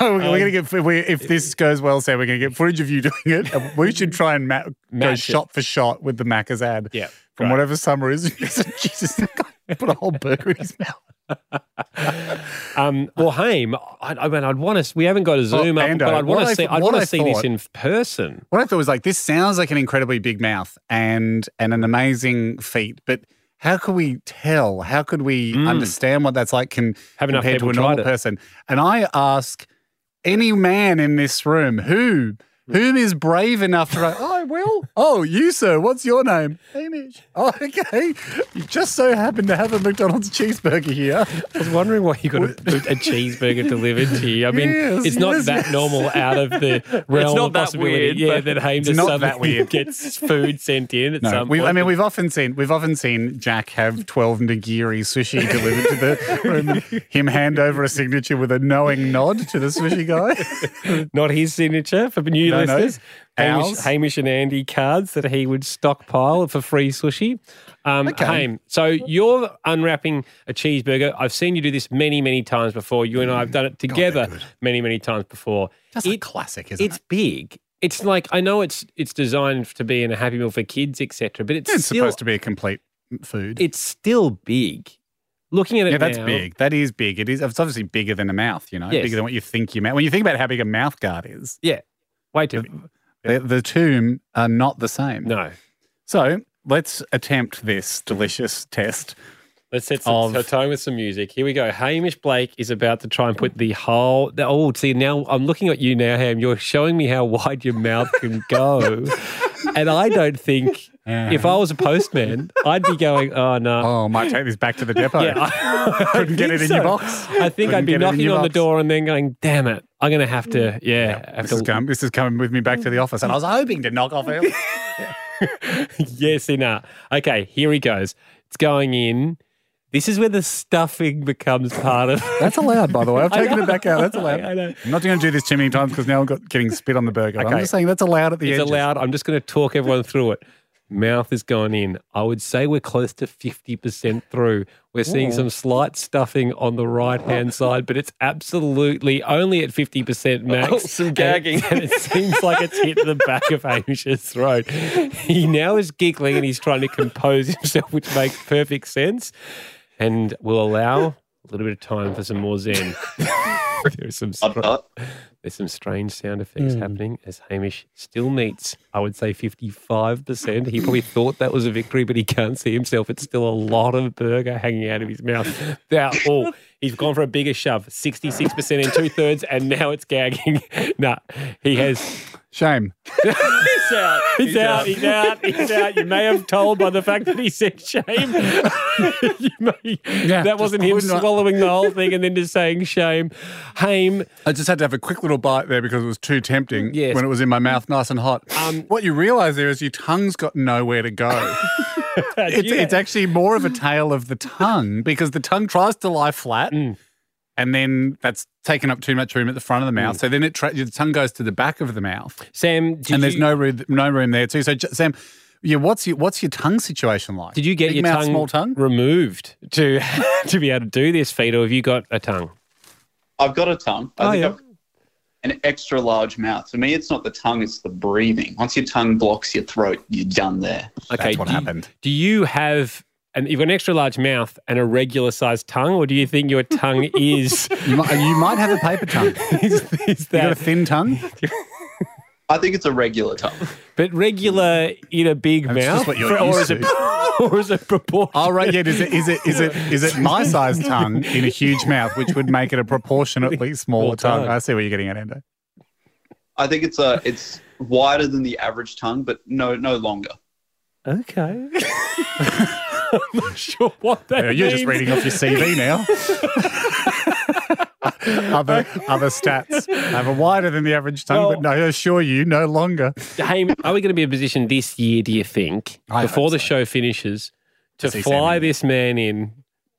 S4: Oh, we're gonna get we, if this goes well, Sam, we're gonna get footage of you doing it. And [laughs] We should try and ma- go
S3: Match it.
S4: shot for shot with the Macca's ad.
S3: Yeah,
S4: from
S3: great.
S4: whatever summer is. [laughs] Jesus, that guy put a whole burger in his mouth.
S3: [laughs] Um, well, Haim, I, I mean, I'd want to. We haven't got a zoom up,
S4: Ando,
S3: but I'd
S4: what
S3: want
S4: Oh, I
S3: to see.
S4: th-
S3: I'd
S4: what
S3: want
S4: I
S3: to see this
S4: thought-
S3: in person.
S4: What I thought was like, this sounds like an incredibly big mouth and and an amazing feat, but. How could we tell? How could we
S3: Mm.
S4: understand what that's like can,
S3: Have enough
S4: compared to
S3: people
S4: a
S3: tried
S4: normal
S3: it.
S4: person? And I ask any man in this room who whom is brave enough to go, oh, well, oh, you, sir, what's your name? Hamish. Oh, [laughs] okay. You just so happen to have a McDonald's cheeseburger here.
S3: I was wondering why you got a, a cheeseburger delivered to you. I mean,
S4: Yes,
S3: it's not
S4: yes,
S3: that
S4: yes.
S3: normal out of
S4: [laughs]
S3: the realm
S5: not
S3: of
S5: that
S3: possibility.
S5: weird,
S3: yeah,
S5: but-
S3: that Haim
S4: It's
S3: just
S4: not that
S3: suddenly [laughs]
S4: weird.
S3: gets food sent in at
S4: No,
S3: some
S4: we,
S3: point.
S4: I mean we've often seen we've often seen Jack have twelve nigiri sushi delivered
S3: [laughs]
S4: to the room. Him hand over a signature with a knowing nod to the
S3: [laughs]
S4: sushi guy.
S3: not his signature for new
S4: No, no.
S3: listeners. Hamish,
S4: Ours.
S3: Hamish and Andy cards that he would stockpile for free sushi. Um,
S4: Okay.
S3: Haim, so you're unwrapping a cheeseburger. I've seen you do this many, many times before. You and I have done it together many, many times before.
S4: That's
S3: It-
S4: a classic, isn't
S3: it's
S4: it?
S3: big. It's like I know it's it's designed to be in a Happy Meal for kids, etc. But it's,
S4: It's
S3: still
S4: supposed to be a complete food.
S3: it's still big. Looking at it
S4: Yeah, that's
S3: now-
S4: big. That is big. It is. It's obviously bigger than a mouth. You know,
S3: Yes.
S4: bigger than what you think your mouth. When you think about how big a mouth guard is,
S3: Yeah, way too
S4: the,
S3: big.
S4: the, the two are not the same.
S3: No,
S4: So let's attempt this delicious
S3: [laughs]
S4: test.
S3: let's set some
S4: Of-
S3: so tone with some music. Here we go. Hamish Blake is about to try and put the whole. The, oh, see now I'm looking at you now, Ham. You're showing me how wide your mouth
S4: [laughs]
S3: can go, and I don't think if I was a postman, I'd be going, oh no.
S4: Oh, Uh-huh. I might take this back to the depot.
S3: Yeah, I,
S4: [laughs] Couldn't get
S3: think
S4: it in your box.
S3: I think I'd
S4: Couldn't
S3: be
S4: get it in
S3: knocking
S4: your
S3: on the
S4: box.
S3: door and then going, "Damn it, I'm going to have to, yeah, have
S4: this,
S3: to
S4: is com- this is coming with me back to the office, and I was hoping to knock off early.
S3: [laughs] yes, enough. Okay, here he goes. It's going in. This is where the stuffing becomes part
S4: [laughs]
S3: of.
S4: [laughs] That's allowed, by the way. I've taken it back out. That's allowed.
S3: I know.
S4: [laughs] I'm not going to do this too many times because now I'm got, getting spit on the burger.
S3: Okay.
S4: I'm just saying that's allowed at the
S3: it's
S4: edges.
S3: allowed. I'm just going to talk everyone through it. Mouth is going in. I would say we're close to 50% through. We're seeing some slight stuffing on the right hand side, but it's absolutely only at 50% max.
S5: Oh, some gagging.
S3: And, it seems like it's hit the back of Hamish's throat. He now is giggling and he's trying to compose himself, which makes perfect sense. And we'll allow a little bit of time for some more Zen. [laughs] There's some str- there's some strange sound effects
S4: Hmm.
S3: happening as Hamish still meets, I would say, 55%. He probably thought that was a victory, but he can't see himself. It's still a lot of burger hanging out of his mouth. Now, oh, he's gone for a bigger shove, 66% and two thirds, and now it's gagging. [laughs] nah, he has.
S4: Shame.
S3: He's out. He's, out. He's out. He's out. You may have told by the fact that he said shame. [laughs] you may,
S4: Yeah,
S3: that
S4: just
S3: wasn't him
S4: could not-
S3: swallowing the whole thing and then just saying shame. Hame.
S4: I just had to have a quick little bite there because it was too tempting
S3: Yes.
S4: when it was in my mouth, nice and hot.
S3: Um,
S4: what you realise there is your tongue's got nowhere to [laughs] go. it's,
S3: Yeah.
S4: it's actually more of a tale of the tongue because the tongue tries to lie flat, and then that's taken up too much room at the front of the mouth. So then it tra- the tongue goes to the back of the mouth,
S3: Sam, did
S4: and there's
S3: you-
S4: no room, no room there too. So J- Sam, yeah, what's your what's your tongue situation like?
S3: Did you get
S4: Big
S3: your
S4: mouth,
S3: tongue,
S4: small tongue?
S3: removed to [laughs] to be able to do this feat, or have you got a tongue?
S9: I've got a tongue. I
S3: Oh,
S9: think
S3: yeah.
S9: I've an extra large mouth. For me, it's not the tongue; it's the breathing. Once your tongue blocks your throat, you're done there.
S3: Okay,
S4: That's what
S3: do you-
S4: happened.
S3: do you have an you've got an extra large mouth and a regular sized tongue, or do you think your
S4: [laughs]
S3: tongue is
S4: You might, you might have a
S3: [laughs]
S4: paper tongue.
S3: is, is
S4: You got a
S3: that? [laughs]
S4: thin tongue.
S9: I think it's a regular tongue.
S3: But regular in a big
S4: That's
S3: mouth,
S4: just what you're
S3: or is
S4: used
S3: it
S4: to.
S3: [laughs] or is it proportion?
S4: [laughs]
S3: [laughs]
S4: Oh right, yeah. Is it is it is it is it my size tongue in a huge mouth, which would make it
S3: [laughs]
S4: a proportionately
S3: Small
S4: smaller
S3: tongue.
S4: tongue? I see where you're getting
S3: [laughs]
S4: at, Endo.
S9: I think it's a it's wider than the average tongue, but no no longer.
S3: Okay. I'm not sure what that
S4: Yeah, you're just
S3: means.
S4: reading off your
S3: [laughs]
S4: CV now. [laughs] other other stats. I have a wider than the average tongue, but no, I assure you, no longer.
S3: hey, are we going to be in a position this year, do you think,
S4: I hope
S3: before the show finishes, to
S4: see
S3: fly
S4: Sam.
S3: this man in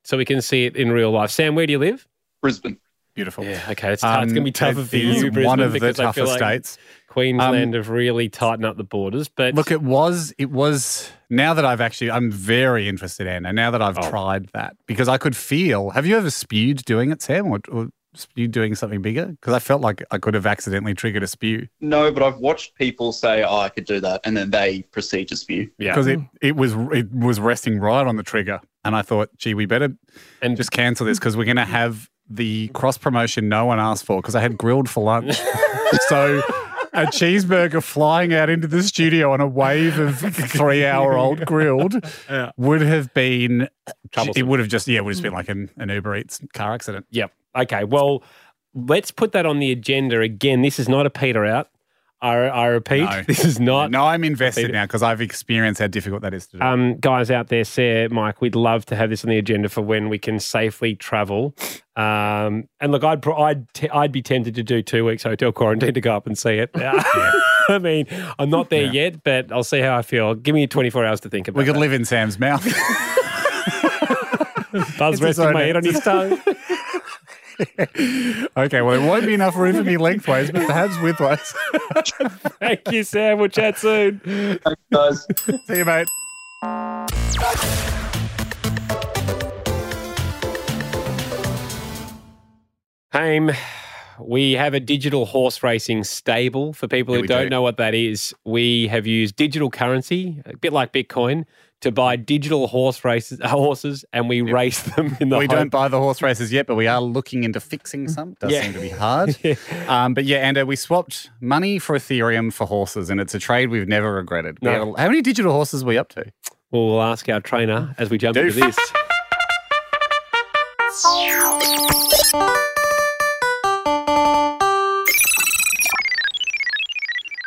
S3: so we can see it in real life? Sam, where do you live?
S9: Brisbane.
S4: Beautiful.
S3: Yeah, okay. It's, hard. it's going to be
S4: Um,
S3: tougher
S4: it
S3: for
S4: is
S3: you, Brisbane,
S4: One of the
S3: because I feel
S4: tougher
S3: like
S4: states. Um,
S3: Queensland have really tightened up the borders. But
S4: Look, it was it was now that I've actually I'm very interested in, and now that I've
S3: Oh.
S4: tried that because I could feel. Have you ever spewed doing it, Sam, or, or spewed doing something bigger? Because I felt like I could have accidentally triggered a spew
S9: No, but I've watched people say, "Oh, I could do that," and then they proceed to spew.
S3: yeah,
S4: because it it was it was resting right on the trigger, and I thought, gee, we better
S3: and
S4: just cancel this because we're going to have the cross promotion no one asked for because I had grilled
S3: [laughs]
S4: for lunch. so a cheeseburger flying out into the studio on a wave of three hour
S3: [laughs]
S4: old grilled would have been,
S3: Troublesome.
S4: it would have just, yeah, it would have
S3: Hmm.
S4: been like an, an Uber Eats car accident.
S3: Yep. Okay. Well, let's put that on the agenda again. This is not a Peter out. I, I repeat,
S4: No.
S3: this is not.
S4: No, I'm invested now because I've experienced how difficult that is to do.
S3: Um, guys out there, Sarah, Mike, we'd love to have this on the agenda for when we can safely travel. Um, and look, I'd pro- I'd t- I'd be tempted to do two weeks hotel quarantine to go up and see it. [laughs] I mean, I'm not there yet, but I'll see how I feel. Give me 24 hours to think about.
S4: we could
S3: that.
S4: live in
S3: [laughs]
S4: Sam's mouth.
S3: Buzz
S4: it's his
S3: resting
S4: own
S3: my head on his tongue. [laughs]
S4: okay, well, there won't be enough room for me lengthways, but perhaps
S3: [laughs]
S4: widthways.
S3: Thank you, Sam. We'll chat soon.
S9: Thanks,
S8: [laughs]
S9: guys.
S4: See you, mate.
S3: Haim, we have a digital horse racing stable. For people
S4: Yeah,
S3: who
S4: we
S3: don't
S4: do.
S3: know what that is, we have used digital currency, a bit like Bitcoin, to buy digital horse races, [laughs] horses, and we race them in the.
S4: we
S3: hope- Mm.
S4: don't buy the horse races yet, but we are looking into fixing some.
S3: [laughs]
S4: Does
S3: Yeah.
S4: seem to be hard. um, but yeah, Ando, we swapped money for Ethereum for horses, and it's a trade we've never regretted. We
S3: No.
S4: have a- how many digital horses are we up to?
S3: Well, we'll ask our trainer as we jump
S4: Doof.
S3: into this.
S4: [laughs]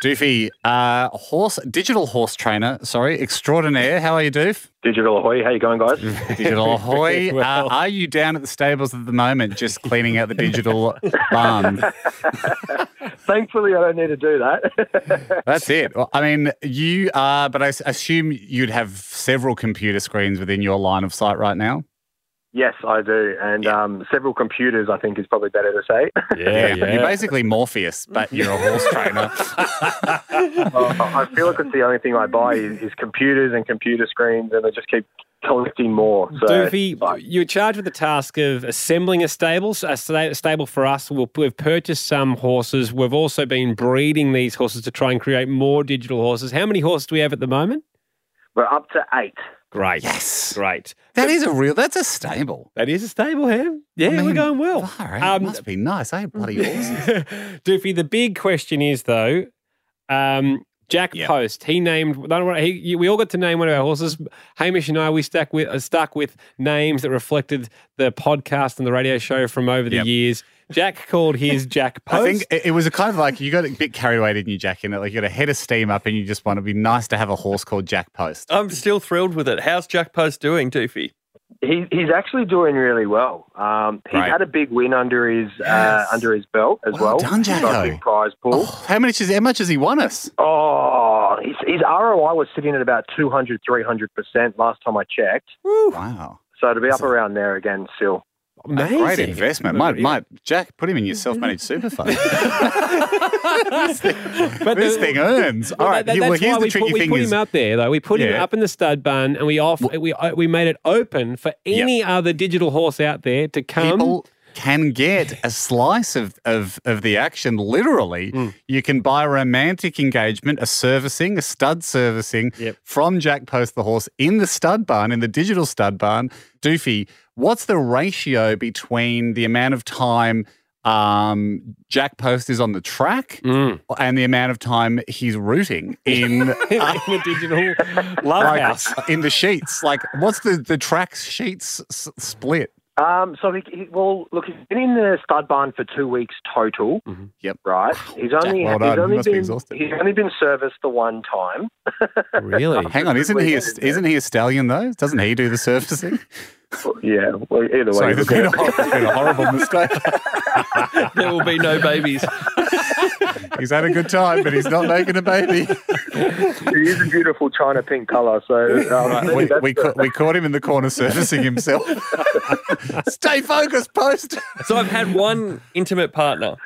S4: Doofy, uh, horse digital horse trainer, sorry, extraordinaire. How are you, Doof?
S8: Digital Ahoy, how you going, guys?
S4: [laughs] Digital
S3: [laughs]
S4: ahoy.
S3: well.
S4: Uh, are you down at the stables at the moment, just cleaning out the digital [laughs] barn?
S8: Thankfully, I don't need to do that.
S4: That's it. Well, I mean, you are, but I s- assume you'd have several computer screens within your line of sight right now.
S8: yes, I do, and um, several computers. I think is probably better to [laughs] say.
S3: Yeah,
S4: You're basically Morpheus, but you're a
S3: [laughs]
S4: horse trainer.
S8: Uh, [laughs] I feel like it's the only thing I buy is, is computers and computer screens, and I just keep collecting more. So,
S3: Doofy,
S8: but-
S3: you're charged with the task of assembling a stable. A sta- stable for us, we'll, we've purchased some horses. We've also been breeding these horses to try and create more digital horses. How many horses do we have at the moment?
S8: we're up to eight.
S3: Great. Great.
S4: That is a real. That's a stable.
S3: That is a stable, Ham. Yeah,
S4: I
S3: we're
S4: mean,
S3: going well.
S4: Far out.
S3: Um,
S4: must be nice.
S3: [laughs]
S4: I bloody horses.
S3: Doofy, the big question is though, um, Jack
S4: Yeah.
S3: Post. He named. no, no, He, we all got to name one of our horses. Hamish and I, we stuck with uh, stuck with names that reflected the podcast and the radio show from over the
S4: Yep.
S3: years. Jack called his
S5: [laughs]
S3: Jack Post.
S4: I think it, it was a kind of like you got a bit carried away, didn't you, Jack? In it, like you got a head of steam up, and you just want to be nice to have a horse called Jack Post.
S5: I'm still thrilled with it. How's Jack Post doing, Doofy?
S8: He, he's actually doing really well. Um, he's
S4: Right.
S8: had a big win under his uh,
S4: Yes.
S8: under his belt as
S4: Well
S8: well.
S4: done,
S8: He's got a
S4: Jacko.
S8: big prize pool.
S4: Oh, how much is how much has he won us?
S8: Oh, his, his ROI was sitting at about 200, 300% last time I checked.
S4: Wow,
S8: So to be up around there again still.
S3: Amazing.
S4: great investment. [laughs] Might, might Jack put him in your self-managed super fund.
S3: [laughs]
S4: [laughs]
S3: But
S4: this
S3: the-
S4: thing earns.
S3: Well,
S4: All right.
S3: that-
S4: here- well,
S3: that's
S4: here's
S3: why
S4: the
S3: we
S4: tricky
S3: put,
S4: thing
S3: we put
S4: is,
S3: him up there though. We put him
S4: Yeah.
S3: up in the stud bun and we off we uh, we made it open for any other digital horse out there to come. [laughs]
S4: people can get a slice of, of, of the action. Literally,
S3: Mm.
S4: you can buy romantic engagement, a servicing, a stud servicing
S3: Yep.
S4: from Jack Post the horse in the stud barn, in the digital stud barn. Doofy, what's the ratio between the amount of time um, Jack Post is on the track
S3: Mm.
S4: and the amount of time he's rooting
S3: [laughs]
S4: in? uh,
S3: in a digital love
S4: [laughs] like,
S3: house.
S4: [laughs] in the sheets, like what's the the tracks sheets s- split?
S8: Um, so, he, he, well, look, he's been in the stud barn for two weeks total.
S4: Mm-hmm. Yep.
S8: Right. He's only,
S4: well
S8: he's,
S4: done.
S8: only
S4: Must be
S8: been,
S4: exhausted.
S8: he's only been serviced the one time.
S3: Really?
S4: Hang on, isn't he a,
S8: Absolutely.
S4: isn't he a stallion though? Doesn't he do the
S8: [laughs]
S4: surfacing?
S8: Yeah. Well, either way.
S4: Sorry,
S8: you
S4: there's
S8: look
S4: been,
S8: at
S4: a,
S8: it.
S4: hor- there's been a horrible mistake.
S5: There will be no babies.
S4: He's had a good time, but he's not making a
S8: [laughs]
S4: baby.
S8: He is a beautiful china pink colour. [laughs] So um, maybe
S4: We,
S8: that's
S4: we,
S8: the-
S4: ca- we caught him in the corner surfacing
S8: [laughs]
S4: himself. Stay focused, post.
S5: So I've had one intimate partner.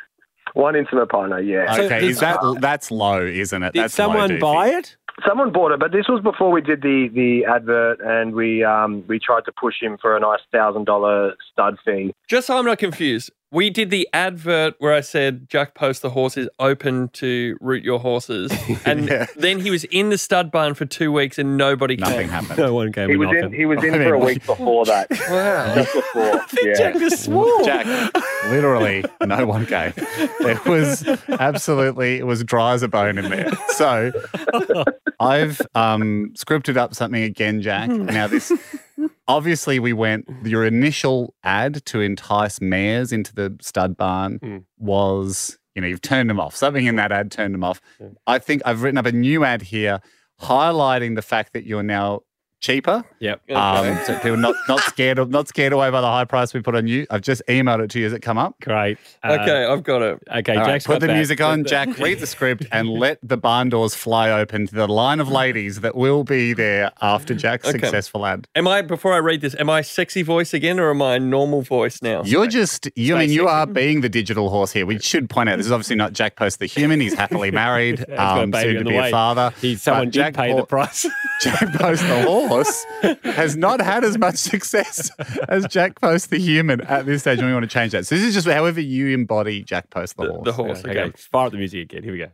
S8: one intimate partner. Yeah.
S4: Okay,
S3: did-
S4: is that that's low, isn't it?
S3: Did
S4: that's
S3: someone
S4: low, Doofy.
S3: buy it?
S8: Someone bought it, but this was before we did the, the advert, and we um, we tried to push him for a nice thousand dollar stud fee.
S5: Just so I'm not confused, we did the advert where I said Jack Post the horse is open to root your horses,
S4: [laughs]
S5: and
S4: Yeah.
S5: then he was in the stud barn for two weeks and nobody came.
S4: Nothing happened.
S3: No one came
S8: He
S3: and
S8: was
S3: knocked
S8: in
S3: him. [laughs]
S8: he was in for a week before that.
S5: Wow.
S8: Just before, yeah.
S3: Jack just swore.
S4: Jack, [laughs] literally, no one came. It was absolutely, it was dry as a bone in there. So I've um, scripted up something again, Jack. Now, this obviously, we went, your initial ad to entice mares into the stud barn was, you know, you've turned them off. Something in that ad turned them off. I think I've written up a new ad here highlighting the fact that you're now cheaper.
S3: Yep.
S4: Um, so people not not scared of- not scared away by the high price we put on you. I've just emailed it to you. Has it come up?
S3: Great. Uh,
S5: Okay, I've got it.
S3: Okay,
S4: All right,
S3: Jack's
S4: put
S3: got
S4: the
S3: that.
S4: music on. Jack, [laughs] read the script
S3: [laughs]
S4: and let the barn doors fly open to the line of ladies that will be there after Jack's
S5: Okay.
S4: successful ad.
S5: Am I before I read this? Am I sexy voice again, or am I normal voice now?
S4: You're just, you, I mean, you are being the digital horse here. We should point out this is obviously not Jack Post the human. He's happily
S3: [laughs]
S4: married,
S3: He's got a
S4: um,
S3: baby
S4: soon
S3: on
S4: to
S3: the
S4: be
S3: way.
S4: a
S3: [laughs]
S4: father.
S3: He,
S4: But
S3: someone did
S4: Jack
S3: pay the
S4: Paul- [laughs]
S3: price.
S4: Jack Post the horse has not had as much success as Jack Post the human at this stage, and we want to change that. So this is just however you embody Jack Post the, horse.
S5: The horse. Okay.
S3: okay, fire up the music again. Here we go.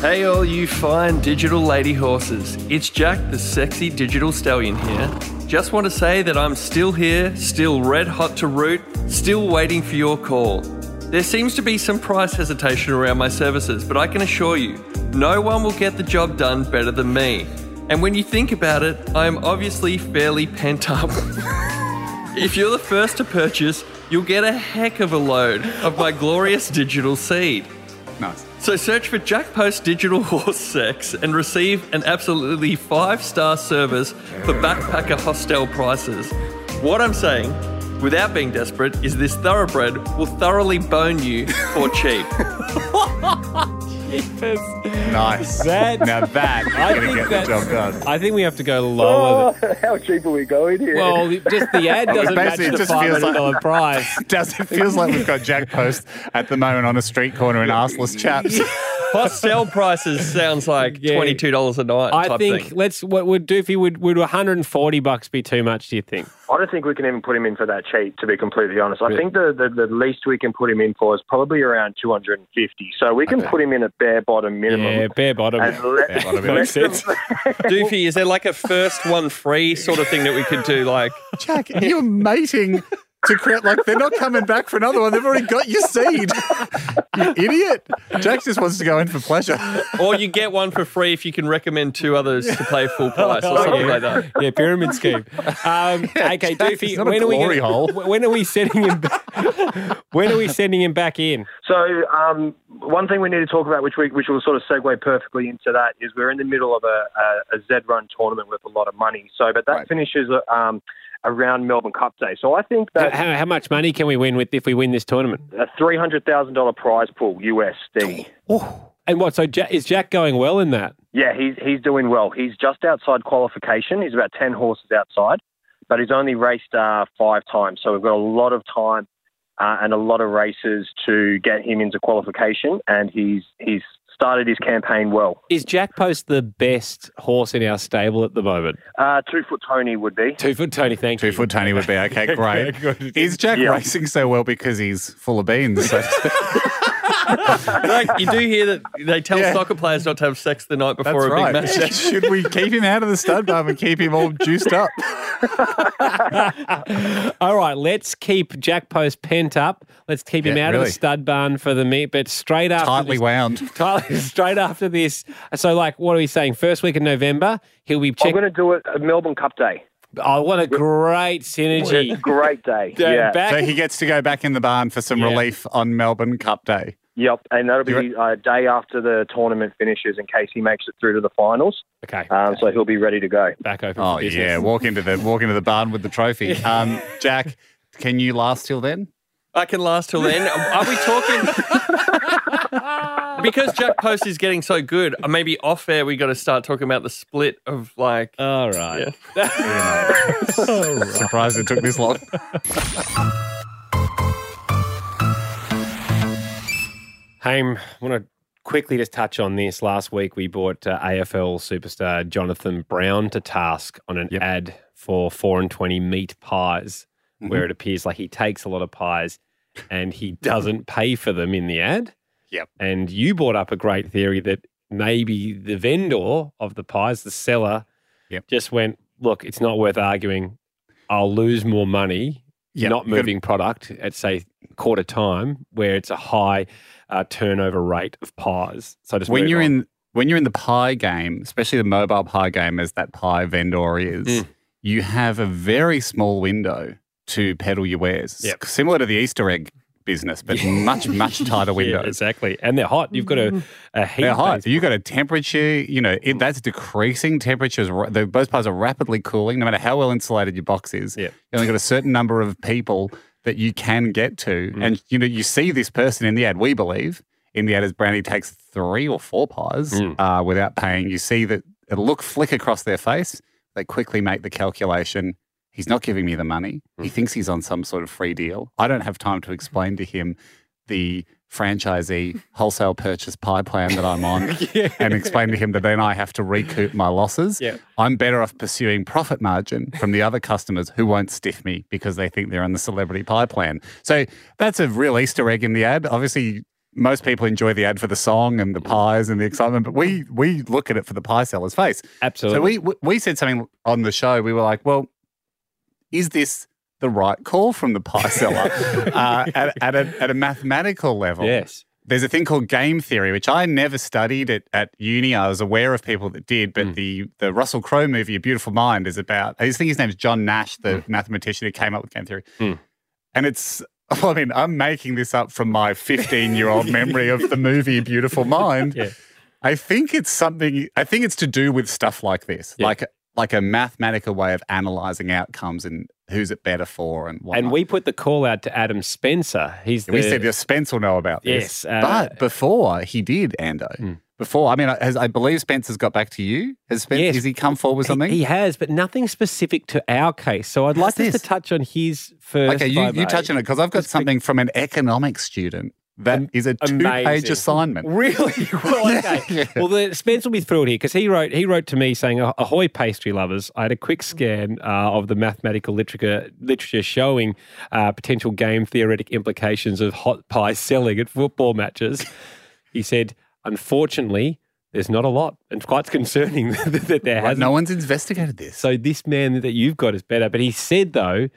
S5: Hey, all you fine digital lady horses. It's Jack, the sexy digital stallion here. Just want to say that I'm still here, still red hot to root, still waiting for your call. There seems to be some price hesitation around my services, but I can assure you, no one will get the job done better than me. And when you think about it, I am obviously fairly pent up. [laughs] if you're the first to purchase, you'll get a heck of a load of my glorious digital seed.
S4: Nice.
S5: So search for Jack Post Digital [laughs] Horse Sex and receive an absolutely five star service for backpacker hostel prices. What I'm saying, without being desperate, is this thoroughbred will thoroughly bone you
S3: [laughs]
S5: for cheap.
S4: Nice.
S3: That-
S4: now that
S3: I
S4: you're going to
S3: think
S4: get the
S3: that's-
S4: job done.
S3: I think we have to go lower. than-
S8: Oh, [laughs] How cheap are we going here?
S3: well, just the ad doesn't match
S4: basically, [laughs] it
S3: the
S4: just
S3: five
S4: feels
S3: hundred
S4: like-
S3: dollar
S4: [laughs]
S3: price.
S4: Does it feels like we've got Jack Post at the moment on a street corner in arseless chaps?
S5: hostel prices sounds like
S3: Yeah.
S5: $22 a night
S3: I
S5: type
S3: think
S5: thing.
S3: let's what would Doofy would would one hundred and forty bucks be too much? Do you think?
S8: I don't think we can even put him in for that cheap, to be completely honest. I think the, the, the least we can put him in for is probably around 250. So we can put him in at bare bottom minimum.
S3: Yeah, bare bottom.
S8: And
S4: [laughs]
S8: let-
S3: Bare bottom, it
S8: let
S3: makes
S8: them-
S3: sense.
S5: Doofy, is there like a first one free sort of thing that we could do? Like,
S4: Jack, you're mating to create like they're not coming back for another one. They've already got your seed. you idiot. Jack just wants to go in for pleasure.
S5: or you get one for free if you can recommend two others to play full price or something like that.
S3: [laughs] Yeah, pyramid scheme.
S4: [laughs]
S3: Um, okay, Doofy,
S4: it's not a
S3: when are we
S4: glory
S3: gonna-
S4: hole.
S3: when are we sending him? ba- [laughs] when are we sending him back in?
S8: So um, one thing we need to talk about, which we, which will sort of segue perfectly into that, is we're in the middle of a, a, a Z Run tournament with a lot of money. So, but that finishes uh, um, around Melbourne Cup Day. So I think
S3: How,
S8: that
S3: how much money can we win with if we win this tournament?
S8: a three hundred thousand dollar prize pool USD.
S3: And what? So Jack, is Jack going well in that?
S8: Yeah, he's he's doing well. He's just outside qualification. He's about ten horses outside, but he's only raced uh, five times. So we've got a lot of time uh, and a lot of races to get him into qualification. And he's he's started his campaign well.
S3: Is Jack Post the best horse in our stable at the moment?
S8: Uh, two foot Tony would be.
S3: Two foot Tony, thank
S4: Two
S3: you.
S4: foot Tony would be okay, great.
S3: Okay, good.
S4: Is Jack
S8: Yeah.
S4: racing so well because he's full of beans? So to speak?
S5: Like, you do hear that they tell
S4: Yeah.
S5: soccer players not to have sex the night
S4: That's
S5: before a
S4: right.
S5: big match.
S4: Should we keep him out of the stud bar and keep him all juiced up?
S3: All right, let's keep Jack Post pent up. Let's keep him
S4: Yeah,
S3: out of
S4: really.
S3: the stud barn for the meet. But straight after
S4: Tightly
S3: this,
S4: wound.
S3: [laughs] Tightly- straight after this. So, like, what are we saying? First week in November, he'll be
S8: I'm
S3: checked.
S8: going to do it at Melbourne Cup Day.
S3: Oh, what [laughs] a great synergy!
S8: Great
S3: [laughs]
S8: day.
S3: Going
S8: yeah.
S3: back-
S4: So he gets to go back in the barn for some
S3: Yeah.
S4: relief on Melbourne Cup Day.
S8: Yep. And that'll
S4: You're
S8: be a day after the tournament finishes in case he makes it through to the finals.
S3: okay,
S8: Um, so he'll be ready to go.
S3: back open.
S4: Oh
S3: for business.
S4: yeah, walk into the walk into the barn with the trophy. Um, Jack, can you last till then?
S5: I can last till then. Are we talking? [laughs] because Jack Post is getting so good, uh, maybe off air we got to start talking about the split of like.
S3: All right.
S4: Surprised it took this long.
S3: Haim, I want to quickly just touch on this. Last week, we brought uh, AFL superstar Jonathan Brown to task on an ad for four and twenty meat pies,
S4: Mm-hmm.
S3: where it appears like he takes a lot of pies and he doesn't pay for them in the ad.
S4: Yep.
S3: And you brought up a great theory that maybe the vendor of the pies, the seller,
S4: Yep.
S3: just went, "Look, it's not worth arguing. I'll lose more money
S4: Yep.
S3: not
S4: You gotta-
S3: moving product at say quarter time where it's a high uh, turnover rate of pies. So just
S4: when
S3: move
S4: you're
S3: on.
S4: in when you're in the pie game, especially the mobile pie game, as that pie vendor is,
S3: Mm.
S4: you have a very small winw to peddle your wares.
S3: Yep.
S4: Similar to the Easter egg business,
S3: [laughs]
S4: but much much tighter
S3: yeah,
S4: windows.
S3: exactly, and they're hot. You've got a, a heat.
S4: They're hot.
S3: base.
S4: You've got a temperature, you know, it, that's decreasing. Temperatures, ra- the, those pies are rapidly cooling, no matter how well insulated your box is.
S3: Yep.
S4: You only got a certain number of people that you can get to. And, you know, you see this person in the ad, we believe, in the ad as Brandy takes three or four pies uh, without paying. You see that a look flick across their face. They quickly make the calculation. He's not giving me the money. He thinks he's on some sort of free deal. I don't have time to explain to him the franchisee wholesale purchase pie plan that I'm on
S3: [laughs]
S4: and explain to him that then I have to recoup my losses.
S3: Yeah.
S4: I'm better off pursuing profit margin from the other customers who won't stiff me because they think they're on the celebrity pie plan. So that's a real Easter egg in the ad. Obviously, most people enjoy the ad for the song and the pies and the excitement, but we we look at it for the pie seller's face.
S3: Absolutely.
S4: So we we- we said something on the show. We were like, well, is this the right call from the pie seller uh, at, at, a, at a mathematical level?
S3: Yes.
S4: There's a thing called game theory, which I never studied at, at uni. I was aware of people that did, but the, the Russell Crowe movie, A Beautiful Mind, is about, I think his name is John Nash, the mathematician who came up with game theory. And it's, [laughs] I mean, I'm making this up from my 15 year old memory of the movie Beautiful Mind. I think it's something, I think it's to do with stuff like this,
S3: Yeah.
S4: like, like a mathematical way of analyzing outcomes and who's it better for and what.
S3: And we put the call out to Adam Spencer. He's the,
S4: we said, yes, Spence will know about
S3: Yes,
S4: this.
S3: uh, Hmm.
S4: but before he did, Ando, before, I mean, has, I believe Spence has got back to you. Has Spence,
S3: Yes.
S4: has he come forward with something?
S3: He, he has, but nothing specific to our case. So I'd like
S4: How's
S3: us to
S4: this?
S3: touch on his first.
S4: okay, you,
S3: by
S4: you touch on it because I've got something from an economics student that
S3: Am-
S4: is a two page
S3: amazing.
S4: assignment.
S3: Really? [laughs] Well, okay. Well, the, Spence will be thrilled here because he wrote he wrote to me saying, "Ah- "Ahoy, pastry lovers! I had a quick scan uh, of the mathematical literature literature showing uh, potential game theoretic implications of hot pie selling at football matches." he said, "Unfortunately, there's not a lot, and it's quite concerning [laughs] that there
S4: Right,
S3: hasn't
S4: no one's investigated this.
S3: So this man that you've got is better. But he said though,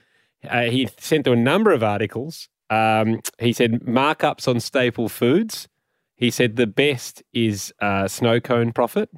S3: uh, he sent through a number of articles. Um, he said markups on staple foods. He said the best is uh, snow cone profit.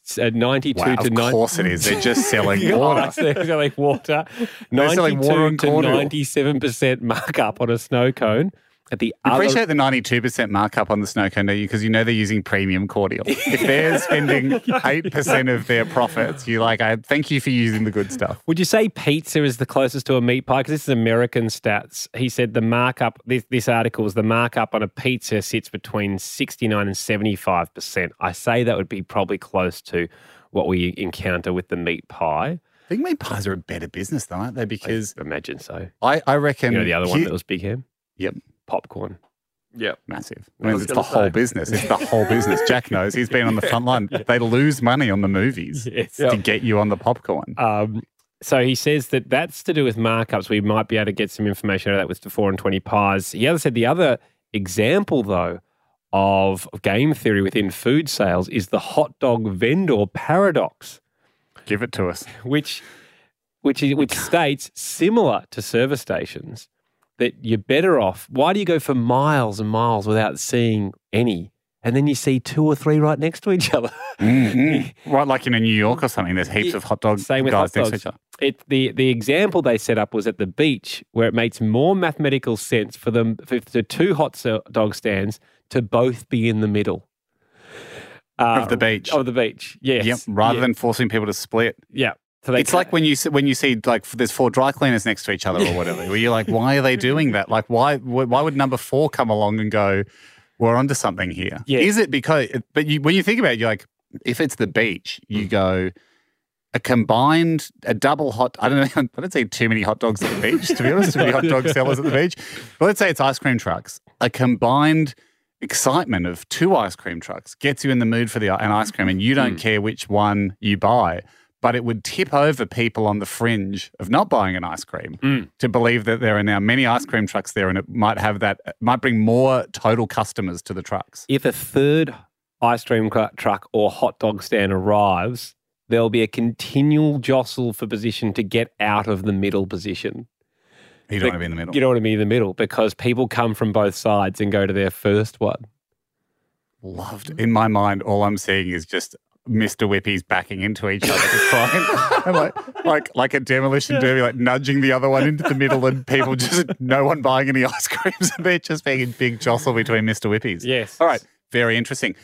S3: It's, uh, 92
S4: wow,
S3: to
S4: of
S3: 90.
S4: course it is.
S3: [laughs]
S4: They're just selling water.
S3: They're selling water.
S4: They're
S3: 92
S4: selling water and
S3: to
S4: cordial.
S3: 97% markup on a snow cone. At the
S4: You
S3: other,
S4: appreciate the 92% markup on the snow cone, do you? Because you know they're using premium cordial. If they're spending
S3: [laughs]
S4: 8% of their profits, you're like, I thank you for using the good stuff.
S3: Would you say pizza is the closest to a meat pie? Because this is American stats. He said the markup, this, this article is the markup on a pizza sits between 69 and 75%. I say that would be probably close to what we encounter with the meat pie.
S4: I think meat pies are a better business, though, aren't they? Because
S3: I imagine so.
S4: I, I reckon.
S3: You know the other one
S4: he-
S3: that was Big Ham?
S4: Yep.
S3: Popcorn.
S5: Yeah.
S4: massive.
S5: I
S4: I mean,
S5: was
S4: it's the
S5: gonna
S4: whole
S5: say.
S4: business. It's the whole business.
S3: [laughs]
S4: Jack knows. He's been on the front line. They lose money on the movies
S3: Yes.
S4: to get you on the popcorn.
S3: Um, so he says that that's to do with markups. We might be able to get some information out of that with the four and twenty pies. He other said the other example though of game theory within food sales is the hot dog vendor paradox,
S4: Give
S3: [laughs]
S4: it to us.
S3: which which is, which states similar to service stations that you're better off. Why do you go for miles and miles without seeing any, and then you see two or three right next to each other? [laughs]
S4: mm Right, like in a New York or something, there's heaps of hot dog
S3: Same with
S4: guys
S3: hot dogs.
S4: next to each other.
S3: It, the, the example they set up was at the beach, where it makes more mathematical sense for them for the two hot so- dog stands to both be in the middle Uh,
S4: Of the beach.
S3: Of the beach, yes.
S4: Yep. Rather
S3: Yeah,
S4: than forcing people to split,
S3: yeah. So they
S4: it's like when you see, when you see like f- there's four dry cleaners next to each other or whatever. where you're like, why are they doing that? Like, why wh- why would number four come along and go, we're onto something here?
S3: Yeah.
S4: Is it because? But you, when you think about it, you're like, if it's the beach, you
S3: Mm.
S4: go. A combined, a double hot. I don't know. [laughs] I don't see too many hot dogs at the beach. To be honest, too many hot dog sellers at the beach. But let's say it's ice cream trucks. A combined excitement of two ice cream trucks gets you in the mood for the an ice cream, and you don't care which one you buy. But it would tip over people on the fringe of not buying an ice cream to believe that there are now many ice cream trucks there, and it might have that it might bring more total customers to the trucks.
S3: if a third ice cream cr- truck or hot dog stand arrives, there'll be a continual jostle for position to get out of the middle position.
S4: You don't want to be in the middle.
S3: You know what I mean? The middle, because people come from both sides and go to their first one.
S4: Loved in my mind. All I'm seeing is just. Mr. Whippy's backing into each other to try and, [laughs] and like, like like a demolition derby, like nudging the other one into the middle, and people just no one buying any ice creams. They're just being a big jostle between Mr. Whippies.
S3: Yes.
S4: All right. Very interesting.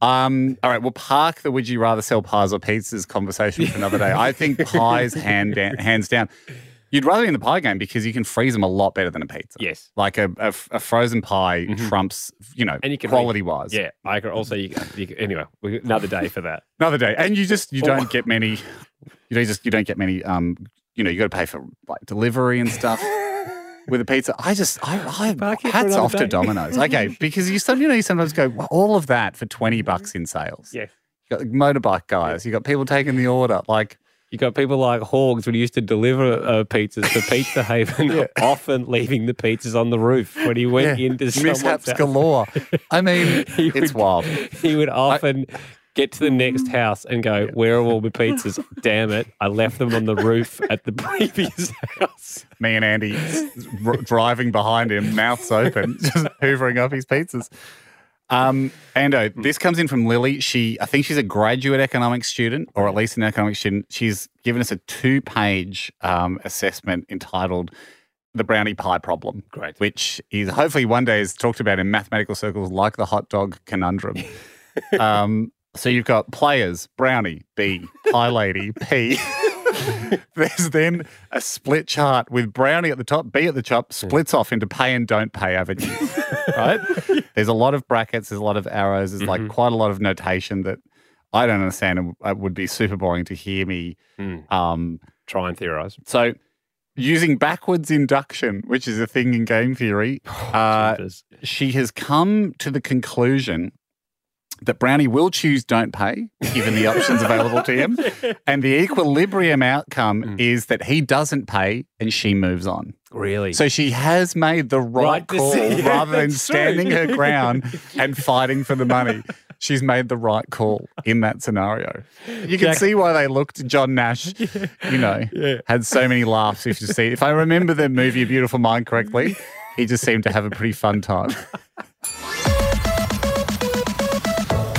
S4: Um, all right, we'll park the would you rather sell pies or pizzas conversation for another day. I think pies hand down, hands down. You'd rather be in the pie game because you can freeze them a lot better than a pizza.
S3: Yes.
S4: Like a, a, a frozen pie trumps, you know,
S3: Mm-hmm. And you can re-
S4: quality wise.
S3: Yeah, I agree. Also, you, you, anyway, we- another day for that.
S4: Another day. And you just, you
S3: Oh.
S4: don't get many, you know, just, you don't get many, um, you know, you got to pay for like delivery
S3: [laughs]
S4: and stuff. With a pizza, I just I,
S3: Park
S4: I
S3: it for
S4: hats
S3: another
S4: off
S3: day.
S4: to
S3: [laughs]
S4: Domino's. Okay, because you some you know you sometimes go "Well, all of that for twenty bucks in sales.
S3: Yes.
S4: You got motorbike guys. You got people taking the order. Like
S3: You got people like Hogs who used to deliver uh, pizzas to Pizza Haven, [laughs] often leaving the pizzas on the roof when he went
S4: Yeah.
S3: into someone's
S4: mishaps
S3: house.
S4: galore.
S3: [laughs]
S4: I mean,
S3: He
S4: it's
S3: would- [laughs]
S4: wild.
S3: He would often get to the next house and go, "Where are all my pizzas? Damn it! I left them on the roof at the [laughs] previous house."
S4: Me and Andy s- r- driving behind him, mouths open, [laughs] just hoovering up his pizzas. Um, Ando, this comes in from Lily. She, I think she's a graduate economics student, or at least an economics student. She's given us a two-page um, assessment entitled "The Brownie Pie Problem,"
S3: Great.
S4: which is hopefully one day is talked about in mathematical circles like the hot dog conundrum. um, so you've got players, brownie, B, pie lady,
S3: [laughs]
S4: P. There's then a split chart with brownie at the top, B at the top, splits off into pay and don't pay avenues.
S3: [laughs]
S4: right? There's a lot of brackets, there's a lot of arrows, there's
S3: Mm-hmm.
S4: like quite a lot of notation that I don't understand and it would be super boring to hear me.
S3: Mm.
S4: Um,
S3: Try and theorize.
S4: so using backwards induction, which is a thing in
S3: [sighs]
S4: game theory, uh,
S3: Jeepers.
S4: she has come to the conclusion that Brownie will choose don't pay, given the options available to him. And the equilibrium outcome is that he doesn't pay and she moves on.
S3: really?
S4: So she has made the right,
S3: Right deci- [laughs]
S4: call
S3: Yeah,
S4: rather than
S3: that's true.
S4: standing her ground
S3: [laughs]
S4: and fighting for the money. She's made the right call in that scenario. You can
S3: Jack-
S4: see why they looked
S3: [laughs]
S4: John Nash, you know, had so many laughs. If you see, if I remember the movie A Beautiful Mind correctly, he just seemed to have a pretty fun time.